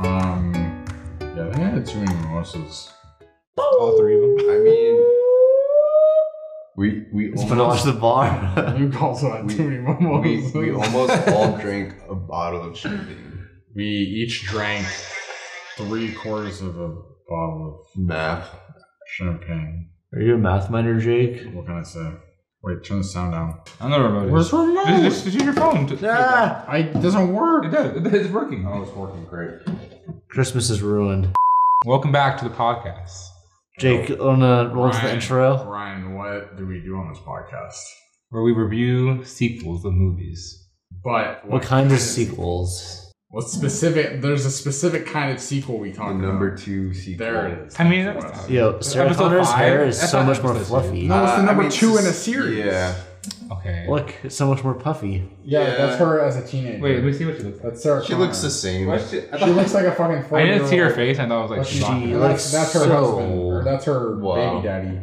Um, had too many mimosas. All three of them. I mean, we we It's Panache the bar. Luke also had We- too many we, mimosas. we almost all drank a bottle of champagne. We each drank three quarters of a bottle of Math. champagne. Are you a math minor, Jake? What can I say? Wait, turn the sound down. I know the remote. Where's is. the remote? This, this, this is your phone. T- Ah! I it doesn't It work. does. It- It's working. Oh, it's working great. Christmas is ruined. Welcome back to the podcast. Jake, wanna roll to the Ryan. intro? Ryan, what do we do on this podcast? where we review sequels of movies. But What kind of sequels? What specific? There's a specific kind of sequel we The talk number about. two sequel. There it is. I mean, That's that's- what I Yo, Sarah Episode Connor's five? hair is That's so not much more episode fluffy. No, it's the Uh, I number mean, two it's- in a series. Yeah. Okay. Look, it's so much more puffy. Yeah, Yeah. that's her as a teenager. Wait, let me see what she looks like. that's Sarah. She looks the Connor. same. She looks like a fucking. I didn't see her four-year-old. face. I thought it was like That's- She Chewbacca. That's, looks that's her so- husband. Or that's her Wow. baby daddy.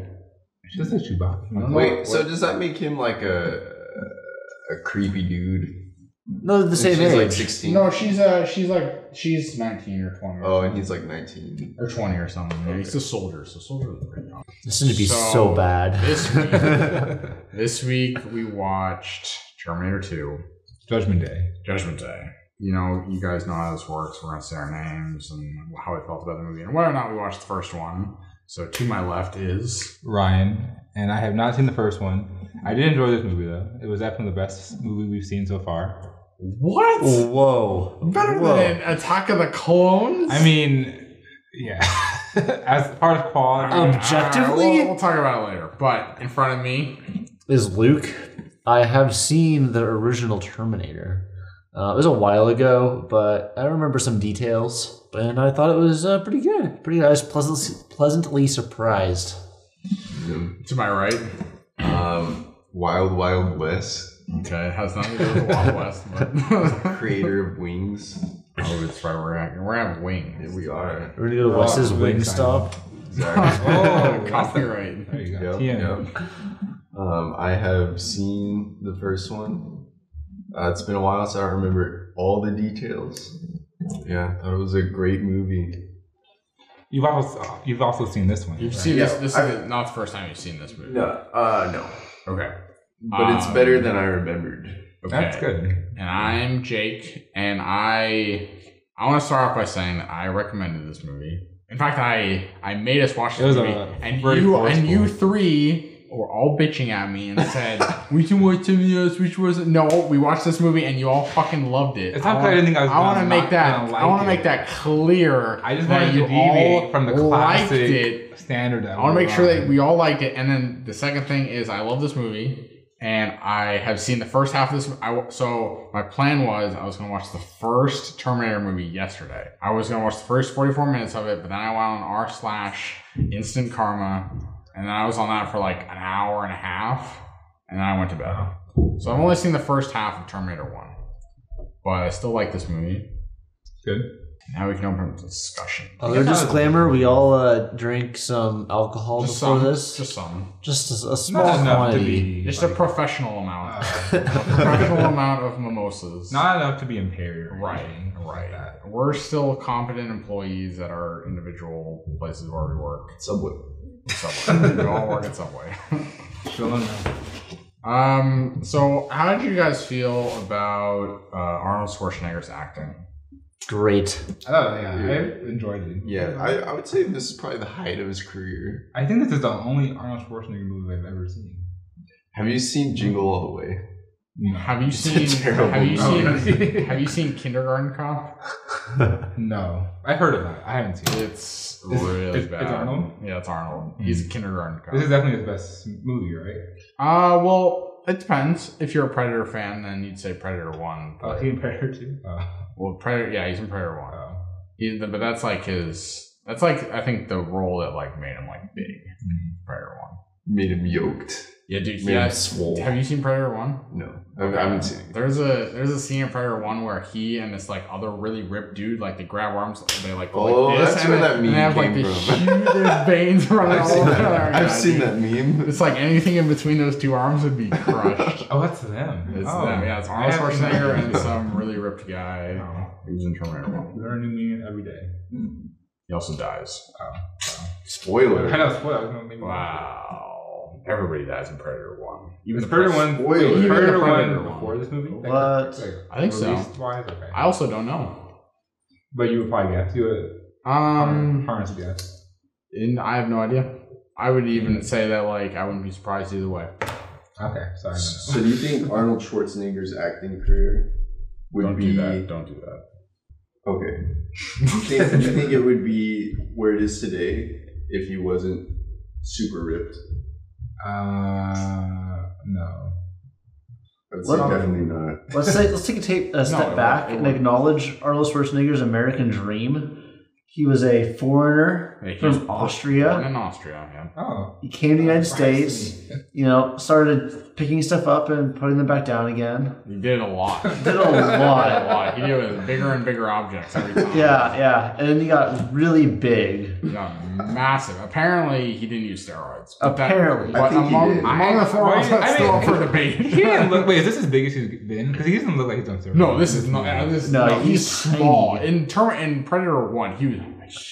She looks like Chewbacca. No. Wait, so does that make him like a a creepy dude? No, they're the same She's like age. sixteen. No, she's uh, she's like she's nineteen or twenty. Or Oh, and he's like nineteen. or twenty or something. Yeah, he's a soldier, so soldiers are pretty young. this is gonna be so, So- bad. This week, this week we watched Terminator Two. Judgment Day. Judgment Day. You know, you guys know how this works. We're gonna say our names and how we felt about the movie and whether or not we watched the first one. So to my left is Ryan and I have not seen the first one. I did enjoy this movie though. It was definitely the best movie we've seen so far. what Whoa. better Whoa. than Attack of the Clones? I mean, yeah. As part of quality, Um, Alright, objectively? we'll, we'll talk about it later. But in front of me, is Luke. I have seen the original Terminator. Uh, it was a while ago, but I remember some details, and I thought it was uh, pretty good. Pretty I was pleasantly, pleasantly surprised. to my right. Um, Wild Wild West, Okay, it has nothing to do with the Wild West. But creator of Wings. oh, that's right. We're gonna, we're gonna have wings. Here we are. We're gonna go to Oh, Wes's I'm really Wingstop. Exactly. Oh, copyright. There you go. Yep, TM. yep. Um, I have seen the first one. Uh, it's been a while, so I don't remember all the details. Yeah, I thought it was a great movie. You've also you've also seen this one. You've right? seen this. Yeah, This is I- not the first time you've seen this movie. uh, no. Okay. But it's Um, better than I remembered. Okay. That's good. and I'm Jake, and I I want to start off by saying that I recommended this movie. In fact, I I made us watch It this was movie, a and very you forceful- and you three were all bitching at me and said we can watch something else, which was no, we watched this movie and you all fucking loved it. It's not I that I wanna- didn't think I was. I want to gonna make not that gonna like I want to it. make that clear. I just that wanted you to all deviate from the liked classic it. standard. That I want to we're make sure that on. we all liked it. And then the second thing is, I love this movie, and I have seen the first half of this. I, so my plan was I was going to watch the first Terminator movie yesterday. I was going to watch the first forty-four minutes of it, but then I went on r slash Instant Karma, and then I was on that for like an hour and a half, and then I went to bed. So I've only seen the first half of Terminator One, but I still like this movie. Good. Now we can open up the discussion. Other disclaimer: We all uh, drank some alcohol Just before some, this, just, just some. a, a small Not enough to quantity. be. Just like, a professional amount. uh, professional amount of mimosas. not enough to be impaired. or right, anything right. Like that. We're still competent employees at our individual places where we work. Subway. Subway. we all work at Subway. Still don't know. Um. So, how did you guys feel about uh, Arnold Schwarzenegger's acting? Great. I thought, yeah, I Yeah. enjoyed it. Yeah, I, I would say this is probably the height of his career. I think this is the only Arnold Schwarzenegger movie I've ever seen. Have you seen Jingle All the Way? Have you It's a seen? terrible Have you Oh, movie. Oh, seen? have you seen Kindergarten Cop? No, I heard of that. I haven't seen it. It's This- really it's- it's bad. Arnold? Yeah, it's Arnold. Hmm. He's a kindergarten cop. This is definitely his best movie, right? Uh, well, it depends. If you're a Predator fan, then you'd say Predator 1. Oh, but- he and Predator too. Oh. Well, Predator, yeah, he's in Predator 1. oh. He, but that's like his, that's like, I think the role that like made him like big, Mm-hmm. Mhm. Predator 1. Made him yoked. Yeah, dude, Made him yes. swole. Have you seen Predator 1? No, I, I haven't seen it. There's a there's a scene in Predator One where he and this like other really ripped dude like they grab arms they like go Oh, like this that's and where they- that and they meme have like came this from. huge there's veins running I've all seen over. that, our guy, I've seen dude. that meme. It's like anything in between those two arms would be crushed. Oh, that's them. It's oh. them, yeah. It's I Arnold haven't seen Schwarzenegger that. and some really ripped guy Oh. who's in Terminator 1. Learn a new meaning every day. He also dies. Spoiler. I know, spoiler. I was gonna leave it. Wow. Everybody dies in Predator 1. Even Was the Predator first- one, Spoiler. wait, Even Predator the Predator one one. before this movie? Like, What? like, I think so. Release-wise, okay. I also don't know. but you would probably guess. You would Um, harness guess. in, I have no idea. I would even say that, like, I wouldn't be surprised either way. Okay, sorry. So do you think Arnold Schwarzenegger's acting career would don't be do that. Don't do that. okay? Do you, think, do you think it would be where it is today if he wasn't super ripped? Uh, no. I would say Well- definitely not. Let's say let's take a, take a step it back won't. It and won't. acknowledge Arnold Schwarzenegger's American dream. He was a foreigner Hey, he was from born Born Austria. in Austria, yeah. Oh. He came to the United surprised States. me. You know, started picking stuff up and putting them back down again. He did a lot. He Did a did a lot. lot. He did it with bigger and bigger objects every time. Yeah, yeah. And then he got really big. He got massive. Apparently, he didn't use steroids. but that- Apparently. I but think he among, did. among the four Wait, of us, that's I still mean- up for debate. He didn't look. Wait, is this as big as he's been? Because he doesn't look like he's on steroids. No, this is not. uh, This is No, no, he's he's small. tiny. In term in Predator One, he was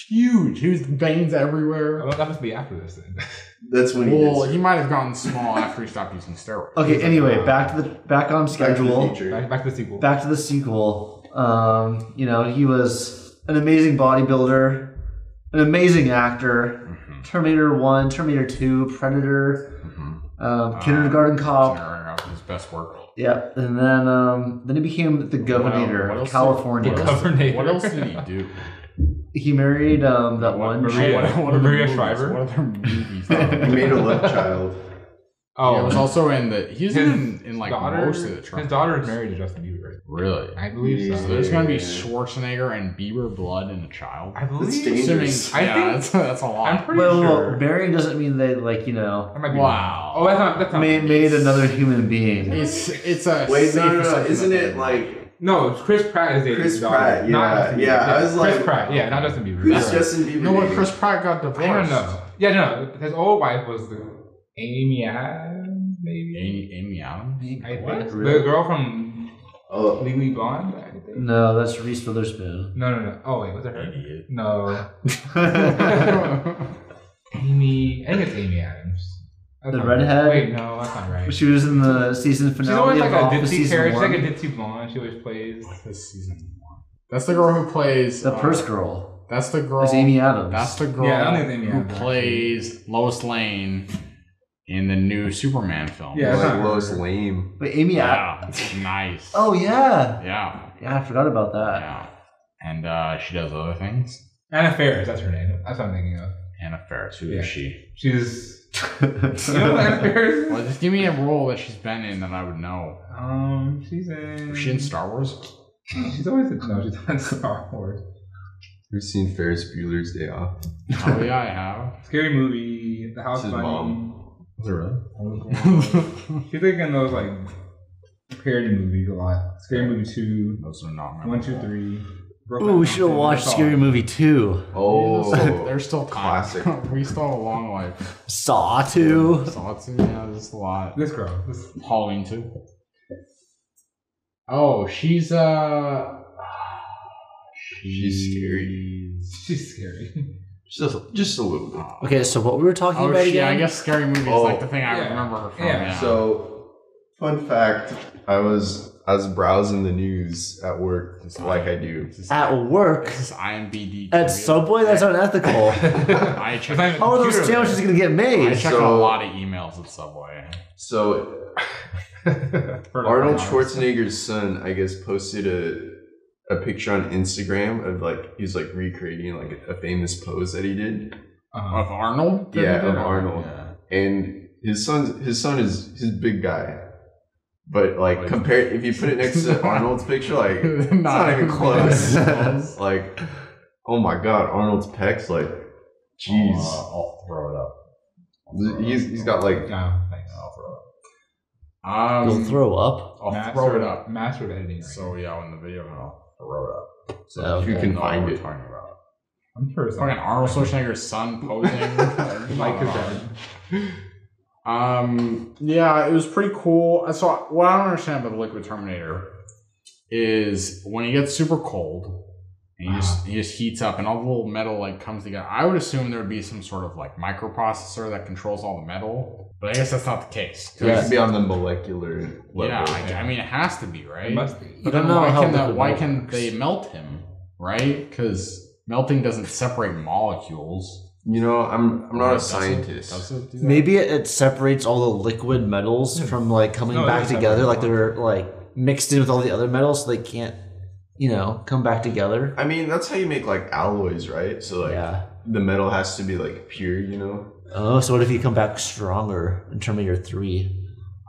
huge. He was veins everywhere. Well, that must be after this then. That's when Well, he he might have gotten small after he stopped using steroids. Okay. Anyway, back to the back on gets back to the schedule. future. back, back to the sequel. Back to the sequel. Um, you know, he was an amazing bodybuilder, an amazing actor. Mhm, Terminator One, Terminator Two, Predator, mhm. um, Uh, Kindergarten Cop. Scenario of his best work. Yep, and then um, then he became the governor what of else- California. The governor. What else did he do? He married um, that What- one. Maria- chick. what- what other Maria movies? Shriver? What other movies? He made a love child. Oh, Oh, it was also in the. He was His in, in like daughter, most of the. Trump his daughter is movies. married to Justin Bieber. Really? I believe Yeah. So so. there's gonna be Yeah. Schwarzenegger and Bieber blood in a child. I That's believe. dangerous. Assuming, dangerous. I yeah, think- that's, that's a lot. I'm pretty Well, sure. well, marrying doesn't mean they like you know I might be wrong. Wow. Oh, that's not. That's not. made, made another human being. It's it's a Wait, safe no, no, no. assumption Isn't that it they- like No, it's Chris Pratt is dating Chris his daughter, Pratt, not Justin yeah, Bieber. yeah, I was Chris like- Pratt. Yeah, not Justin Bieber. who's You're right. Justin You Bieber? know what? dating? Chris Pratt got I divorced. don't know. Yeah, no, his old wife was the Amy Adams, maybe. Amy, Amy Adams. I think What? the girl from Oh, Legally Blonde. I think. No, that's Reese Witherspoon. No, no, no. Oh wait, was it her? Idiot. No, the Amy. I think it's Amy Adams. That's The not right. redhead? Wait, no, that's not right. She was in the season She's finale always of like a Office ditzy season character. She's one. like a ditzy blonde. She always plays. This season one. That's the girl who plays the uh, first girl That's the girl. is Amy Adams. That's the girl Yeah, I don't think it's Amy who Adams, plays Lois Lane in the new Superman film. Yeah, that's like not Lois her. Lame. Wait, Amy Adams. yeah, it's nice. Oh yeah, yeah, yeah. I forgot about that. yeah. And uh, she does other things. Anna Faris. That's her name. That's what I'm thinking of. Anna Faris. Who is Yeah. she? She's. You know Anna Faris? Well, just give me a role that she's been in that I would know. Um, she's Was in. Oh, she in Star Wars? She's always in, no. She's not in Star Wars. We've seen Ferris Bueller's Day Off. oh yeah, I have. Scary movie. The House It's his Bunny. mom. Was it really? She's like in those like parody movies a lot. Scary Movie Two, Those are not my One, Two, Three. Ooh, we should have watched Scary Movie Two, Oh, they're still classic. classic. we still have a long life. Saw Two. So it's yeah, there's a lot. This girl. This, Halloween too. Oh, she's uh, She's scary. she's scary. just a, just a little bit. uh, Okay, so what we were talking Oh, about she, again? I guess scary movies Oh, like the thing I yeah. remember her from. Yeah. Yeah. So, fun fact: I was I was browsing the news at work, like I do. This is- At work, this is IMBD. at Subway, that's unethical. I checked. It's I not How are those sandwiches gonna get made? checked a So- lot of emails at Subway. So, even- For, like, Arnold hours. Schwarzenegger's son, I guess, posted a a picture on Instagram of like he's like recreating like a famous pose that he did, Of Uh-huh. Arnold? that Yeah, he did? of Arnold. Yeah. and his son his son is his big guy, but like Like- compare if you put it next to Arnold's picture, like not, even close. like oh my god, Arnold's pecs, like jeez, I'll, throw it up. he's he's got like No, thanks. I'll throw it up. You'll Um, throw up. I'll Master- throw it up. Master of editing. Right So yeah, in the video, I'll throw it up. So Yeah, you people can know find what we're it. Talking about. now. I'm sure it's Fucking Arnold Schwarzenegger's son posing. like his dad. Um, yeah, it was pretty cool. So what I don't understand about the Liquid Terminator is when he gets super cold, And he just he just heats up, and all the little metal like comes together. I would assume there would be some sort of like microprocessor that controls all the metal, but I guess that's not the case. 'Cause- So it should be on the molecular level. yeah, I, I mean it has to be right. It must be. You But don't then know why how can that, liquid why metal can works. they melt him, right? Because melting doesn't separate molecules. you know, I'm I'm not a Does it- scientist. does it do that? Maybe it, it separates all the liquid metals from like coming No, back it's not together, really like they're like mixed in with all the other metals, so they can't, you know, come back together. I mean, that's how you make like alloys, right? So like Yeah. the metal has to be like pure, you know. Oh, so what if you come back stronger in Terminator Three?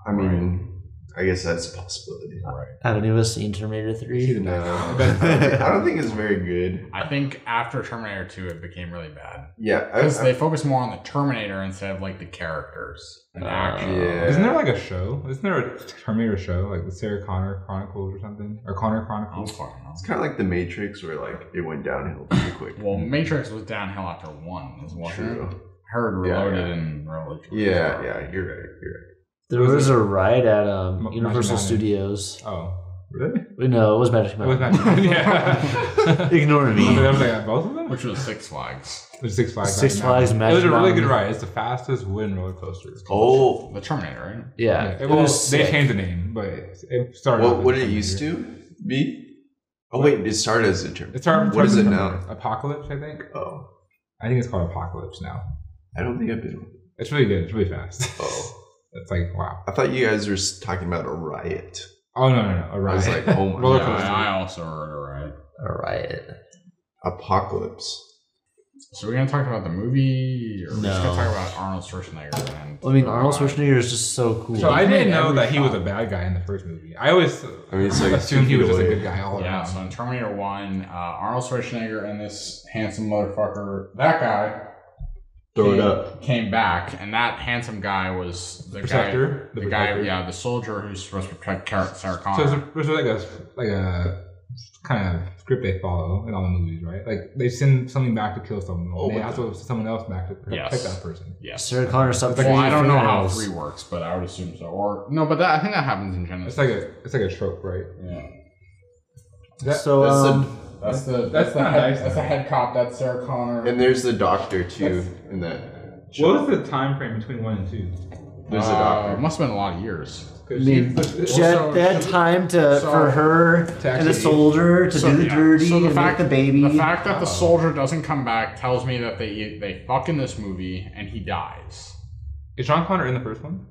I mean, I guess that's a possibility. Right. Have any of us seen Terminator Three? No, I don't think it's very good. I think after Terminator 2, it became really bad Yeah, I, because I, they focus more on the Terminator instead of like the characters and the Uh, action. yeah. Isn't there like a show? Isn't there a Terminator show like the Sarah Connor Chronicles or something, or Connor I don't Chronicles? fucking know. it's kind of like the Matrix, where like it went downhill pretty quick. Well, Matrix was downhill after one, is what I Mm-hmm. True. heard. Yeah, Reloaded yeah. and Reloaded. Yeah, yeah, you're right. You're right. There was a riot at M- um, Universal Machinalia. Studios. Oh, really? Wait, no, it was Magic It was Mountain. not. yeah. Ignore I mean, me. that was like both of them. Which was Six Flags. It was Six Flags. Six Magic Flags Mountain. It was a Magic really good Mountain. ride. It's the fastest wind roller coaster. Oh, The Terminator, Yeah, Yeah. it Well, was they sick. changed the name, but it started. off what as what it Terminator. used to be? Oh wait, it started as a term. It started. What is it Terminator. now? Apocalypse, I think. Oh, I think it's called Apocalypse now. I don't think I've been. It's really good. It's really fast. Oh, It's like wow. I thought you guys were s- talking about a riot. Oh no no no! A ride. I was like, oh my Roller right? Yeah, coaster. coaster. I also heard it right. A riot. Apocalypse. So we're gonna talk about the movie, or we're just No. gonna talk about Arnold Schwarzenegger. And I mean, Arnold Schwarzenegger is just so cool. So I He didn't made know every that he was shot. a bad guy in the first movie. I always I mean, it's like assumed he was just a good guy. guy all Yeah, around. so in Terminator 1, uh, Arnold Schwarzenegger and this handsome motherfucker, that guy, Throw it came- up. came back, and that handsome guy was the guy, protector, the, the guy, protector. yeah, the soldier who's supposed to protect Car- Sarah So Connor. it's, a, it's like a like a kind of script they follow in all the movies, right? Like they send something back to kill someone. Oh, they but- also send someone else back to protect Yes. that person. yes. Sarah Connor stopped. Like, well, I don't treating know how females. three works, but I would assume so. Or no, but that, I think that happens in Genesis. It's like a it's like a trope, right? yeah. That- So That's the- um, That's the that's, That's the not head, nice, that's though. the head cop. That's Sarah Connor. And there's the doctor too in that. What was the time frame between one and two? There's Uh, a it doctor. must have been a lot of years. 'Cause I mean, she- she had, they had time to so- for her and actually- the soldier to So, do the yeah. dirty So the and fact- make the baby. The fact that Uh. the soldier doesn't come back tells me that they they fuck in this movie and he dies. is John Connor in the first one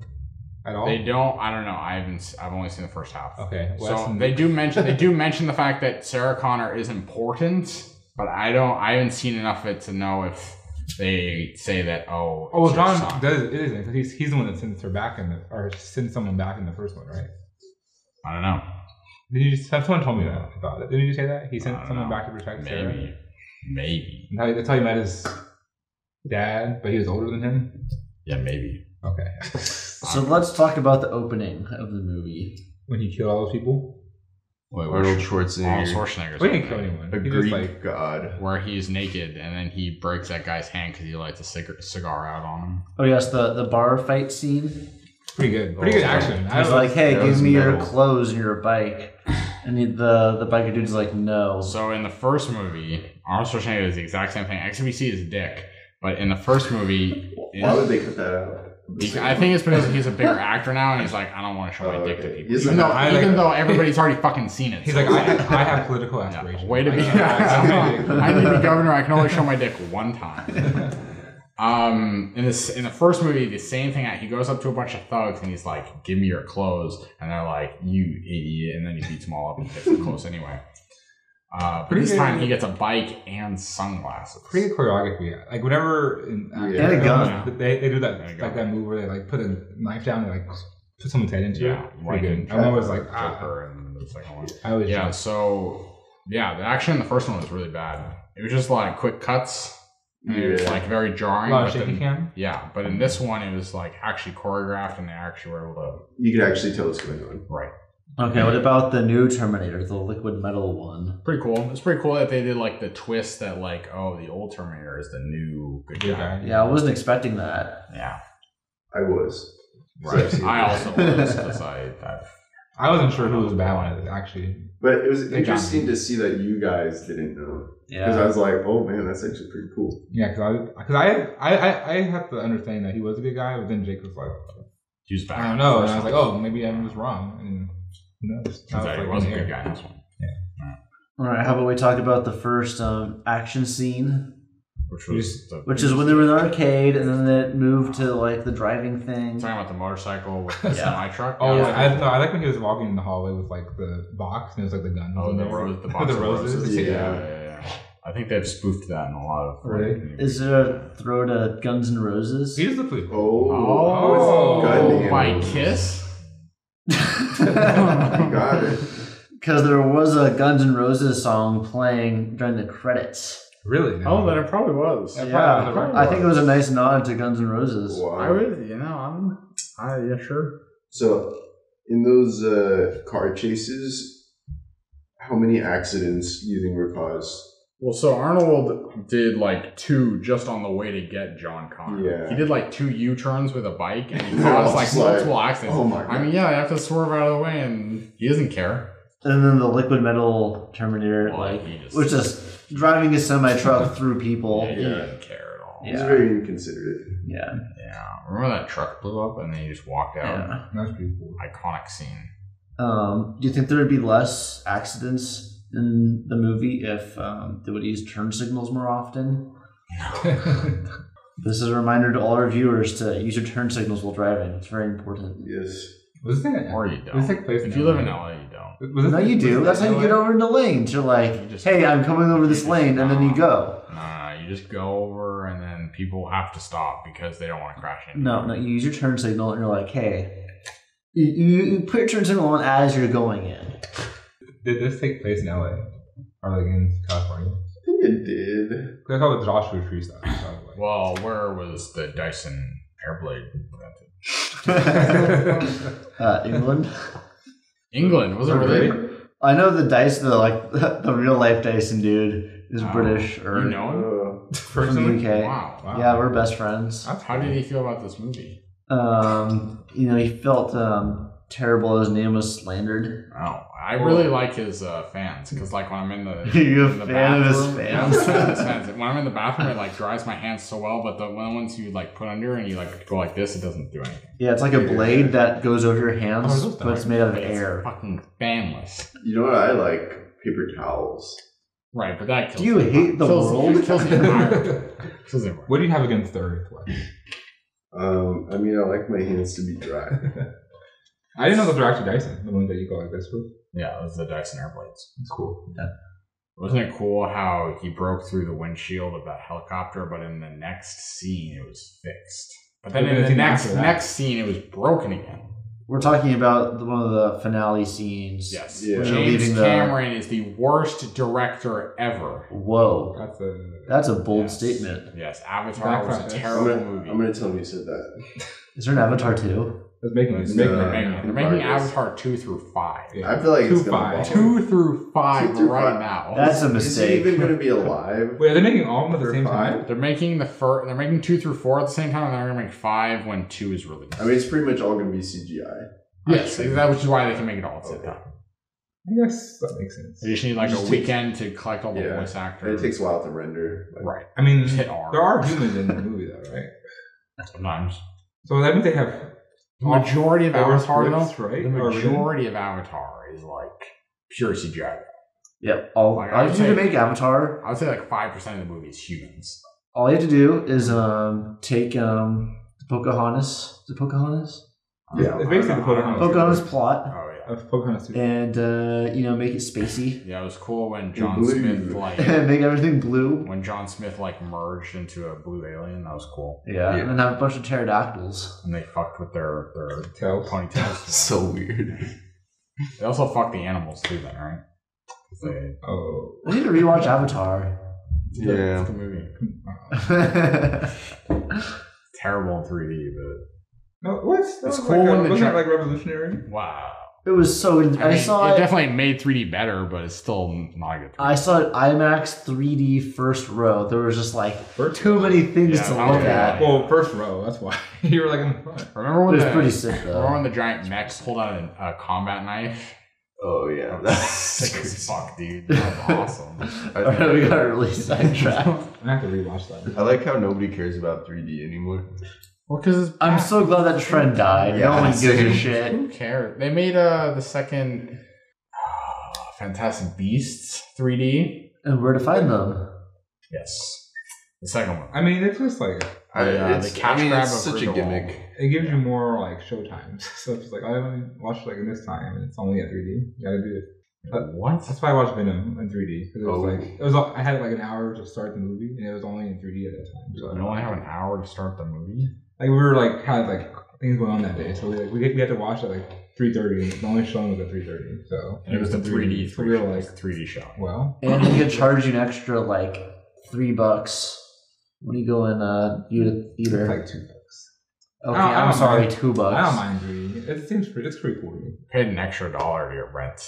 at all? They don't. I don't know. I haven't. s- I've only seen the first half. Oh. okay, well, So that's- they do mention they do mention the fact that Sarah Connor is important, but I don't. I haven't seen enough of it to know if they say that. Oh, Oh well, it's your John son. does it isn't because he's he's the one that sends her back in the or sends someone back in the first one, right? I don't know. Did you someone told me that about it? Didn't you say that he sent I don't someone know. back to protect Sarah? Maybe, maybe. And how- That's how he met his dad, but he was older than him. Yeah, maybe. Okay, so let's talk about the opening of the movie. when he killed all those people, Wait, where Arnold Sch- Arnold Schwarzenegger, Schwarzenegger's well, he didn't in kill it. anyone. a He just Greek like god. where he's naked and then he breaks that guy's hand because he lights a cigar, cigar out on him. Oh yes, the the bar fight scene. pretty good, pretty good Oh, action. I He's was like, "Hey, that give was me your metal. clothes and your bike," and the the, the biker dude's like, "No." So in the first movie, Arnold Schwarzenegger is the exact same thing. Actually, we see his dick, but in the first movie, Why would they cut that out? I think it's because he's a bigger actor now, and he's like, I don't want to show my Oh, dick to okay. people. He's Even, like- though, I even like- though everybody's already fucking seen it. he's so like, it's I have, I have political yeah, aspirations. way to I be. can- I can- I I can need make to it." be governor. I can only show my dick one time. Um, in this, in the first movie, the same thing. He goes up to a bunch of thugs and he's like, "Give me your clothes," and they're like, "You idiot!" And then he beats them all up and takes their clothes anyway. Uh, but Pretty this good. time he gets a bike and sunglasses. pretty good choreography. Like whenever in Yeah. action And a films, gun. they, they do And a gun. that like that move where they like put a knife down and like put someone's head into yeah, it. like Pretty in good. I'm always like, ah, Joker and the second one. I was Yeah, yeah. so yeah, the action in the first one was really bad. It was just like quick cuts. And It was Yeah. like very jarring. lot of But shaky then, cam. yeah, but in this one, it was like actually choreographed and they actually were able You could actually tell what's going on. to right. okay, what about the new Terminator, the liquid metal one? Pretty cool. It's pretty cool that they did like the twist that like oh the old Terminator is the new good Good guy. guy. Yeah, I wasn't expecting that. Yeah, I was. right. So- I also was because I I've I wasn't sure who was Batman actually. But it was They got interesting to see that you guys didn't know. Because I Yeah. was like, oh man, that's actually pretty cool. Yeah, because I, cause I, I, I, I have to understand that he was a good guy, but then Jake was like, Use back. I don't know, and I was like, oh, maybe I was wrong, and who knows? I Turns out he like, was a in the good air. guy in this one, All right. How about we talk about the first um, action scene, which We was the, which is when they were in the arcade, and then it moved to like the driving thing. talking about the motorcycle with the Yeah. semi truck. Oh, yeah, I, no, I like when he was walking in the hallway with like the box and it was like the gun. Oh, the rose, the box the of roses. roses. yeah. yeah, yeah. I think they've spoofed that in a lot of. Really? movies. Is there a throw to Guns N' Roses? He's the police. Oh, Oh, Gun by handles. Kiss. you got it. Because there was a Guns N' Roses song playing during the credits. Really? Oh, then it probably was. Yeah, yeah, probably I think it was a nice nod to Guns N' Roses. Wow. I would, you know, I'm. I yeah, sure. So, in those uh, car chases, how many accidents do you think were caused? Well, so Arnold did like two just on the way to get John Connor. Yeah. He did like two U turns with a bike and he Yeah, I was caused like just like, multiple accidents. Oh my god. I mean, yeah, they have to swerve out of the way and he doesn't care. And then the liquid metal Terminator, Well, like, he just- was just driving a semi truck through people. Yeah, he Yeah. didn't care at all. it's yeah. very inconsiderate. Yeah. Yeah. Remember that truck blew up and then he just walked out? yeah. That's pretty cool. Iconic scene. Um, do you think there would be less accidents in the movie if um, they would use turn signals more often? This is a reminder to all our viewers to use your turn signals while driving. It's very important. Yes. was this thing at Or you Was don't. this take place in If you live in LA, you don't. Was this No, thing- you was do. this That's how thing you get LA? over into lanes. You're You like, just- hey, I'm coming over this you just- lane, and then you go. No, no, no, you just go over and then people have to stop because they don't want to crash into No, you. no, you use your turn signal, and you're like, hey. You, you, you put your turn signal on as you're going in. Did this take place in LA or like in California? I think it did. 'Cause I saw the Joshua Tree stuff. So I was like, Well, where was the Dyson Airblade invented? uh, England. England, was it Oh, really? really? I know the dice, the like the real life Dyson dude is Oh, British or You know him? Uh, from Personally? the UK. Wow. Wow. Yeah, we're best friends. That's How did he feel about this movie? Um, you know, he felt um, terrible. His name was slandered. Wow. I really like his uh, fans because, like, when I'm in the. Are you a in the fan of his bathroom- Yeah, I'm a fans? fan of his fans. When I'm in the bathroom, it like dries my hands so well, but the one- ones you like put under and you like go like this, it doesn't do anything. Yeah, it's like a blade that goes over your hands, Oh, those but it's dice. made out of But it's air. fucking fanless. you know what I like? Paper towels. Right, but that kills Do you the- hate the kills, world? Kills the environment. Kills the environment. What do you have against the Earth? Wes? Um, I mean, I like my hands to be dry. I didn't know those were actually Dyson, the ones that you go like this with. Yeah, it was the Dyson Airblades. It's cool. Wasn't it cool how he broke through the windshield of that helicopter, but in the next scene it was fixed. But then Yeah, but in I the think next after that- next scene it was broken again. We're talking about the, one of the finale scenes. Yes. Yeah. James Leaving the- Cameron is the worst director ever. Whoa, That's uh, a. that's a bold Yes. statement. Yes, Avatar Black was a Panther. I'm terrible gonna, movie. I'm gonna tell him you said that. Is there an Avatar too? That's making It's it. making They're it, making, they're making Avatar two through five. Yeah. I feel like it's Two gonna five. bomb. Two through five Two through right five. now. That's a Is he mistake. even gonna be alive? Wait, are they making all of them at the same Five? time? they're making the fir- they're making two through four at the same time, and they're gonna make five when two is released. I mean, it's pretty much all gonna be CGI. yes, that which is why they can make it all at the same Okay. time. I guess that makes sense. They just need like Just a take- weekend to collect all the Yeah. voice And it actors. takes a while to render. Like, right. I mean, Just hit there R. are humans in the movie though, right? sometimes. So that means they have The majority of Or Avatar, though, flips, right? the Or really? majority of Avatar is like pure CGI. Yep. All, Like, I all you would have to do to say- make Avatar, I would say like five percent of the movie is humans. all you have to do is um take um Pocahontas, the Pocahontas, Yeah, Um, it's basically I don't the know. Pocahontas. Pocahontas Oh plot, yeah, of Pocahontas. too. and uh, you know make it spacey, yeah. It was cool when John Blue. Smith like and make everything blue. when John Smith like merged into a blue alien. That was cool. Yeah, and then have a bunch of pterodactyls. And they fucked with their their Tails. ponytails. so weird. they also fucked the animals too. Then right? 'Cause They, Oh, We need to rewatch Avatar. Yeah. It's a movie. Terrible in 3D, but no, what? That It's was cool like a- when the wasn't that dra- like revolutionary? Wow. It was so. in- I, I mean, saw it it. definitely made 3D better, but it's still not a good. 3D. I saw it IMAX 3D first row. There was just like First too many things Yeah, to I look don't at. know. Well, first row. That's why you were like in the front. remember It when was the, pretty sick remember when though. the giant mech pulled out a, a combat knife? Oh yeah, Sick that's as fuck, dude. That's awesome. All right, I, we got really sidetracked. I have to rewatch that. I like how nobody cares about 3D anymore. Well, because I'm so glad that trend died. Yeah, no one gives same. a shit. Who cares? They made uh the second Fantastic Beasts 3D. And where to find them? Yes, the second one. I mean, it's just like I, Yeah, it's, the cash I mean, grab it's of such a Grindelwald. gimmick. it gives you more like show times. So it's like I only watched like in this time, and it's only at 3D. You gotta do it. What? That's why I watched Venom in 3D because it was Oh. like it was. all- I had like an hour to start the movie, and it was only in 3D at that time. So We only have an hour to start the movie. like we were like had like things going on that day, so we like, we, had- we had to watch at like 3:30. The only showing was at 3:30, so And it was the 3D, So we were like, 3D shot. well, And they could charge you an extra like three bucks when you go in uh you it's theater. like two bucks. okay, I don't- I I'm don't sorry, mind. two bucks. I don't mind 3D. It seems pretty. It's pretty cool to me. Paid an extra dollar to get rent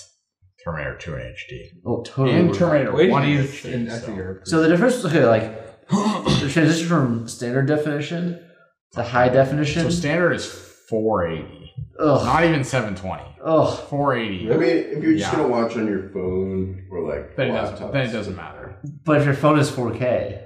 Terminator 2 in HD. Oh, totally. And worth it. Terminator Wait, 1 in these in HD. that's so- Europe. So the difference, okay, like the transition from standard definition to high definition. So standard is 480. ugh, Not even 720. ugh. 480. I mean, if you're just Yeah. gonna watch on your phone or like Then it, laptops, doesn't, then it doesn't matter. But if your phone is 4K,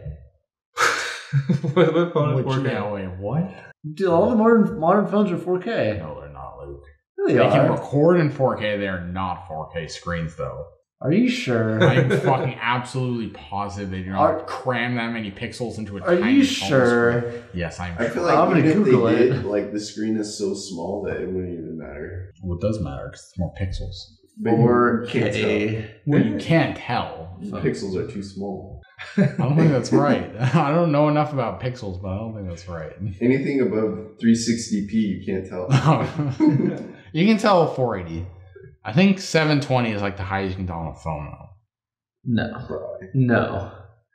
what, what phone Which- is 4K? yeah, wait, what? dude, all the modern modern phones are 4K. No, they're not, Luke. They, They can are. record in 4K. They are not 4K screens, though. Are you sure? I'm fucking absolutely positive they do not Are- cram that many pixels into a Are tiny you phone sure? screen. Yes, I'm I sure. feel like I'm gonna even if Google they it. did, like the screen is so small that it wouldn't even matter. Well, it does matter because it's more pixels. But you can't tell. 4K. Well, you can't tell. The so- Pixels are too small. I don't think that's right. I don't know enough about pixels, but I don't think that's right. Anything above 360p, you can't tell. you can tell 480. I think 720 is like the highest you can tell on a phone. Though. No, no.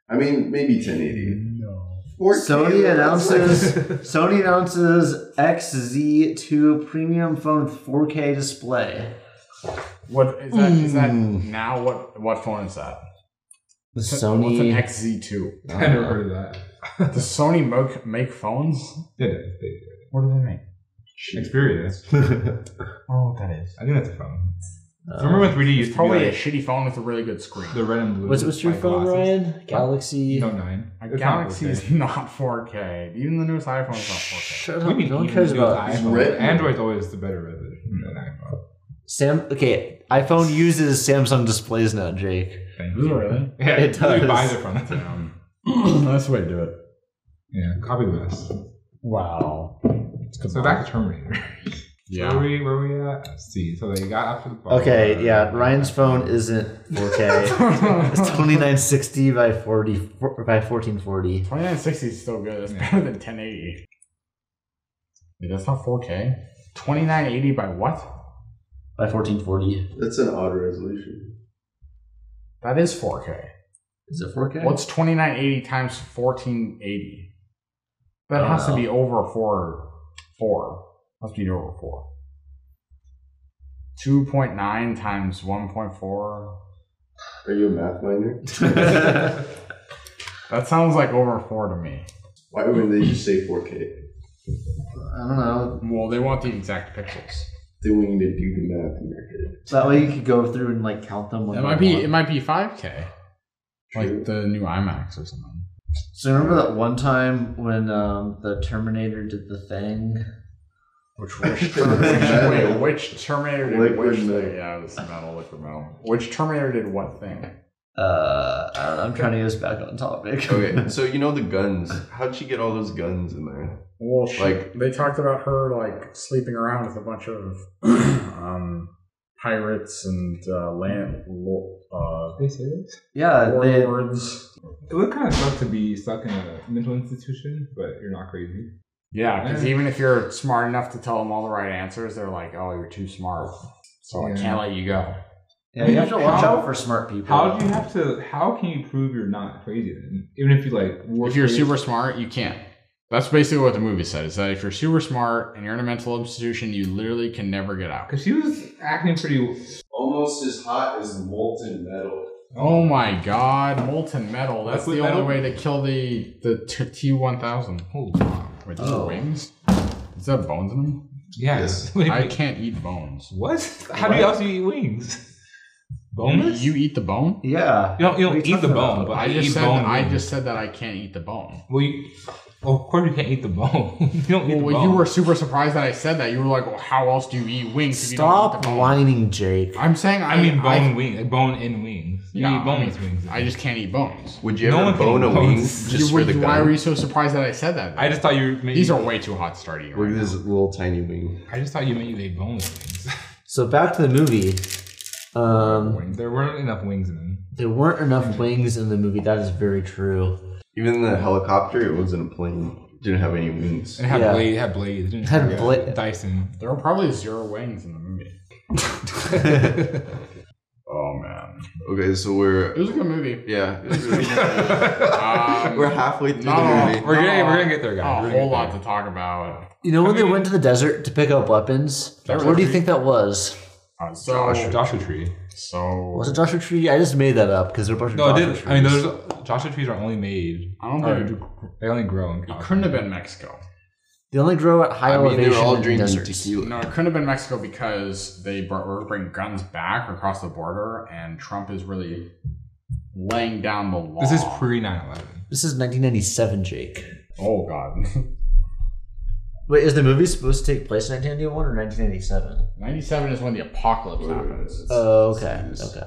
I mean, maybe 1080. No. 4K, Sony that's like- announces Sony announces XZ2 premium phone with 4K display. What is that? Is that Mm. now? What what phone is that? The What's an Sony XZ2? I never heard of that. The Sony make, make phones? Yeah, they do. What do they make? Xperia. I don't know what that is. I think that's a phone. Uh, Remember when 3D used It's to be probably a like shitty phone with a really good screen. the red and blue. what's, what's your like, phone, glasses? Ryan? Galaxy. No, nine. A It's not Galaxy is 4K. not 4K. Even the newest iPhone is not 4K. Shut What do up. you mean No one even cares the newest about iPhone? Red- Android's always the better resolution than iPhone. Sam. Okay, iPhone uses Samsung displays now, Jake. Thank Is it you. really? Yeah, It it does. does. buys it from us. Damn. That's the way to do it. Yeah, copy this. Wow. So back to Terminator. Where Yeah. we where we at? Let's see. So they got after the bar. Okay, yeah, Ryan's phone isn't 4K. it's 2960 by 40 four- by 1440. 2960 is still good. That's Yeah. better than 1080. Dude, that's not 4K. 2980 by what? By 1440. That's an odd resolution. That is 4K. Is it 4K? What's 2980 times 1480? That I don't has know. to be over four. Four. Must be over four. 2.9 times 1.4. Are you a math minor? That sounds like over four to me. Why wouldn't they just say 4K? I don't know. Well, they want the exact pixels. They want you to do the math in your head. That way you could go through and like count them. one It by might be. one. It might be 5K, True. like the new IMAX or something. So remember that one time when um, the Terminator did the thing? Which which, Terminator- wait, which Terminator did Liquid which metal. thing? Yeah, it was metal, liquid metal. Which Terminator did what thing? Uh, I don't know, I'm trying to get us back on topic. Okay, so you know the guns. How'd she get all those guns in there? Well, she- Like- they talked about her like sleeping around with a bunch of um, pirates and uh, land uh, They say this? yeah, Uh, they, It would kind of suck to be stuck in a mental institution, but you're not crazy. Yeah, because Yeah. even if you're smart enough to tell them all the right answers, they're like, "Oh, you're too smart, so I Yeah. can't let you go." yeah, you have to watch How- out for smart people. How do you have to? How can you prove you're not crazy then? Even if you like, work If you're crazy- super smart, you can't. That's basically what the movie said. Is that if you're super smart and you're in a mental institution, you literally can never get out. Because she was acting pretty. Almost as hot as molten metal. Oh my God, molten metal. That's Liquid the metal? only way to kill the the T one thousand. Oh, Wait, those are Oh. wings? Is that bones in them? yes. Wait, I can't eat bones. what? How do you else you eat wings? Boneless? You eat the bone? Yeah. You don't, you What are you don't eat the talking bone, about? but I you just eat said bone. I wings. just said that I can't eat the bone. Well, you, well, of course you can't eat the bone. you don't eat Well, the bone. you were super surprised that I said that. You were like, well, "How else do you eat wings?" If you don't eat Stop the bone? whining, Jake. I'm saying I, I mean, I- bone wings, like bone in wings. You Yeah, eat boneless I mean, wings. I just can't eat bones. Would you No ever one can bone a eat wing bones. just You- for the gun? why were you so surprised that I said that? then? I just thought you. Made, These are way too hot to start eating. Look Right at now. this little tiny wing. I just thought you meant you ate boneless wings. So back to the movie. Um, there weren't enough wings in them. there weren't enough wings in the movie. That is very true. Even the helicopter, it wasn't a plane. Didn't have any wings. It had Yeah. blade. It had blades. It didn't Had bla- Dyson. There were probably zero wings in the movie. oh man, Okay, so we're it was a good movie. yeah. Um, we're halfway through not a- the movie. We're gonna- we're gonna get there, guys. A We're gonna whole get lot there. to talk about. You know when they mean- went to the desert to pick up weapons? That was Where do you actually- think that was? Uh, so, Joshua tree. so Was it Joshua Tree? I just made that up because they're a bunch of No, it Joshua did. I mean, trees. those Joshua trees are only made. I don't or think- do- they only grow in. it California. couldn't have been Mexico. they only grow at high I mean, they elevation were all in drinking deserts. tequila. No, it couldn't have been Mexico because they brought, were bringing guns back across the border, and Trump is really laying down the law. This is pre 9/11. This is 1997, Jake. Oh God, Wait, is the movie supposed to take place in 1991 or 1997? ninety-seven is when the apocalypse happens. Uh, Oh, okay, Yes. okay.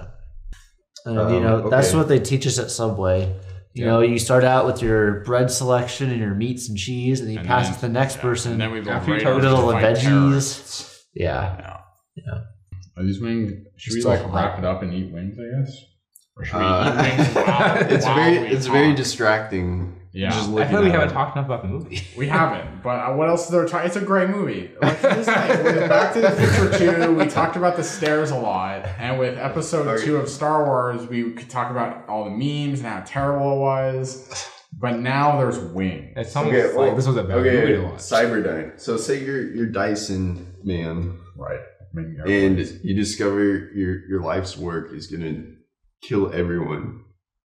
And, you Um, know, that's okay. what they teach us at Subway. You Yeah. know, you start out with your bread selection and your meats and cheese, and then you And pass then- it to the next Yeah, person. and then we go After you right talk over about to the fight veggies. terrorists. yeah. Yeah. Yeah. Are these wings? Should we Still like hot. wrap it up and eat wings? I guess. Or should we Uh, eat wings? While, It's while very we it's very talk? distracting. Yeah. Just I looking feel like we at haven't it. talked enough about the movie. We haven't, but uh, what else is there? To- it's a great movie. Like, this thing, with Back to the Future 2, we talked about the stairs a lot. And with episode Sorry. 2 of Star Wars, we could talk about all the memes and how terrible it was. But now there's wings. It's almost like this was a bad movie to watch. Cyberdyne. So say you're you're Dyson man, Right. and you discover your your life's work is gonna kill everyone.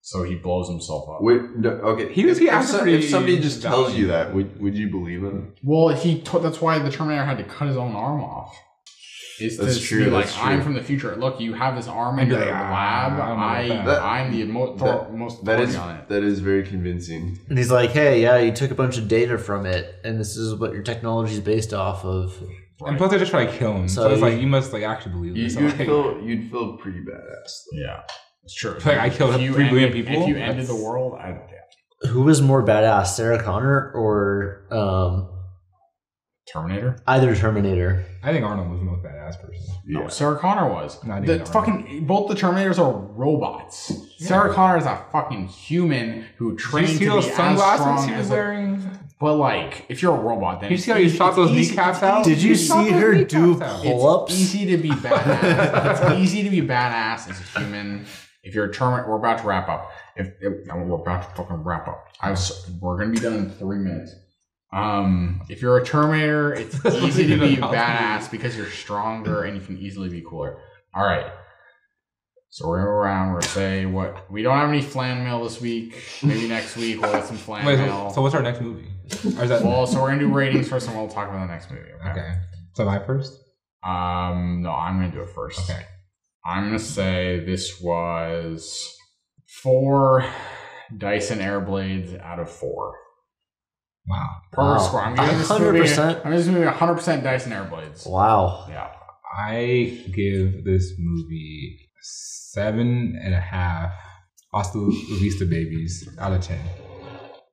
so he blows himself up. Wait, no, okay. He was- if, he if, acted so- pretty if somebody just tells valid. you that, would would you believe him? Well, he to- that's why the Terminator had to cut his own arm off. It's That's to true, be like that's I'm true. from the future. Look, you have this arm in And be your like, "Ah, lab. I don't know I, about that." I'm the mo- That- most That authority is on it. that is very convincing. And he's like, hey, yeah, you took a bunch of data from it, and this is what your technology is based off of. And plus, they just try to kill him. So, So it's you- like you must like actually believe You, this. you'd like, feel you'd feel pretty badass. Yeah, it's true. Like, I killed If three you billion ended- people? If you ended That's- the world, I, yeah. Who was more badass, Sarah Connor or um, Terminator. either Terminator? I think Arnold was the most badass person. Yeah. No, Sarah Connor was. Not even The Arnold. fucking both the Terminators are robots. Sarah Connor is a fucking human who Did you trained see to be those sunglasses as he strong was as a wearing? But like, if you're a robot, then Did you it's see how he easy- shot it's those easy- kneecaps it's out? Did you He shot see those her kneecaps do out. pull- pull-ups? It's easy to be badass. it's easy to be badass as a human. If you're a Terminator, we're about to wrap up. If, if- no, we're about to fucking wrap up, I was, we're gonna be done in three minutes. Um, if you're a Terminator, it's easy to be badass because you're stronger and you can easily be cooler. All right. So we're gonna go around. We're gonna say what we don't have any flan mail this week. Maybe next week we'll have some flan Wait, mail. so, so what's our next movie? Or is that well, so we're gonna do ratings first, and we'll talk about the next movie. okay? So my first. Um, no, I'm gonna do it first. Okay. I'm gonna say this was four Dyson Airblades out of four. Wow. Perfect Wow. score. I'm giving this movie. 100%? I'm just movie 100 percent Dyson Airblades. Wow. Yeah. I give this movie seven and a half Hasta la Vista Babies out of ten.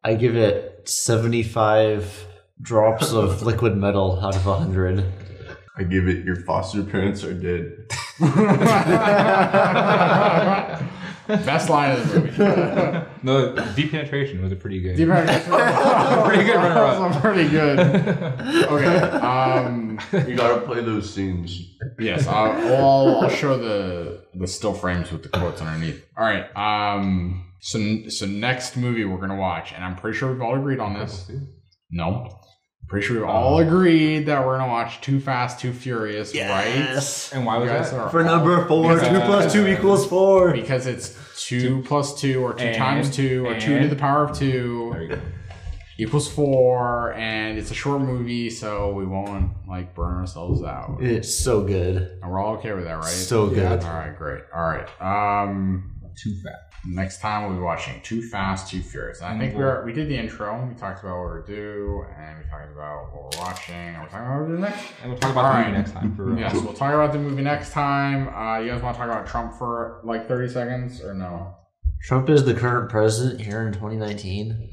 I give it 75 drops of liquid metal out of 100. I give it. Your foster parents are dead. Best line of the movie. No, deep penetration was a pretty good. Deep Impact- Pretty good runner-up. That was Pretty good. Okay. Um. You gotta play those scenes. Yes, I'll, I'll, I'll show the the still frames with the quotes underneath. All right. Um. So so next movie we're gonna watch, and I'm pretty sure we've all agreed on this. No. Pretty sure we Uh-huh. all Uh-huh. agreed that we're gonna watch Too Fast, Too Furious, And why right? You was guys that? are For all- number four, Because, two uh, plus two equals four. because it's two plus two or two And- times two or two to and- the power of two There you go. equals four, and it's a short movie, so we won't like burn ourselves out. It's so good. And we're all okay with that, right? So good. All right, great. All right. Um, Too fat. next time we'll be watching Too Fast, Too Furious. I Mm-hmm. think we're we did the intro. We talked about what we're due, and we talked about what we're watching. And we're talking about what we're doing next. And we'll talk about All the right. movie next time. For real. Yes, we'll talk about the movie next time. Uh, you guys want to talk about Trump for like thirty seconds or no? Trump is the current president here in 2019.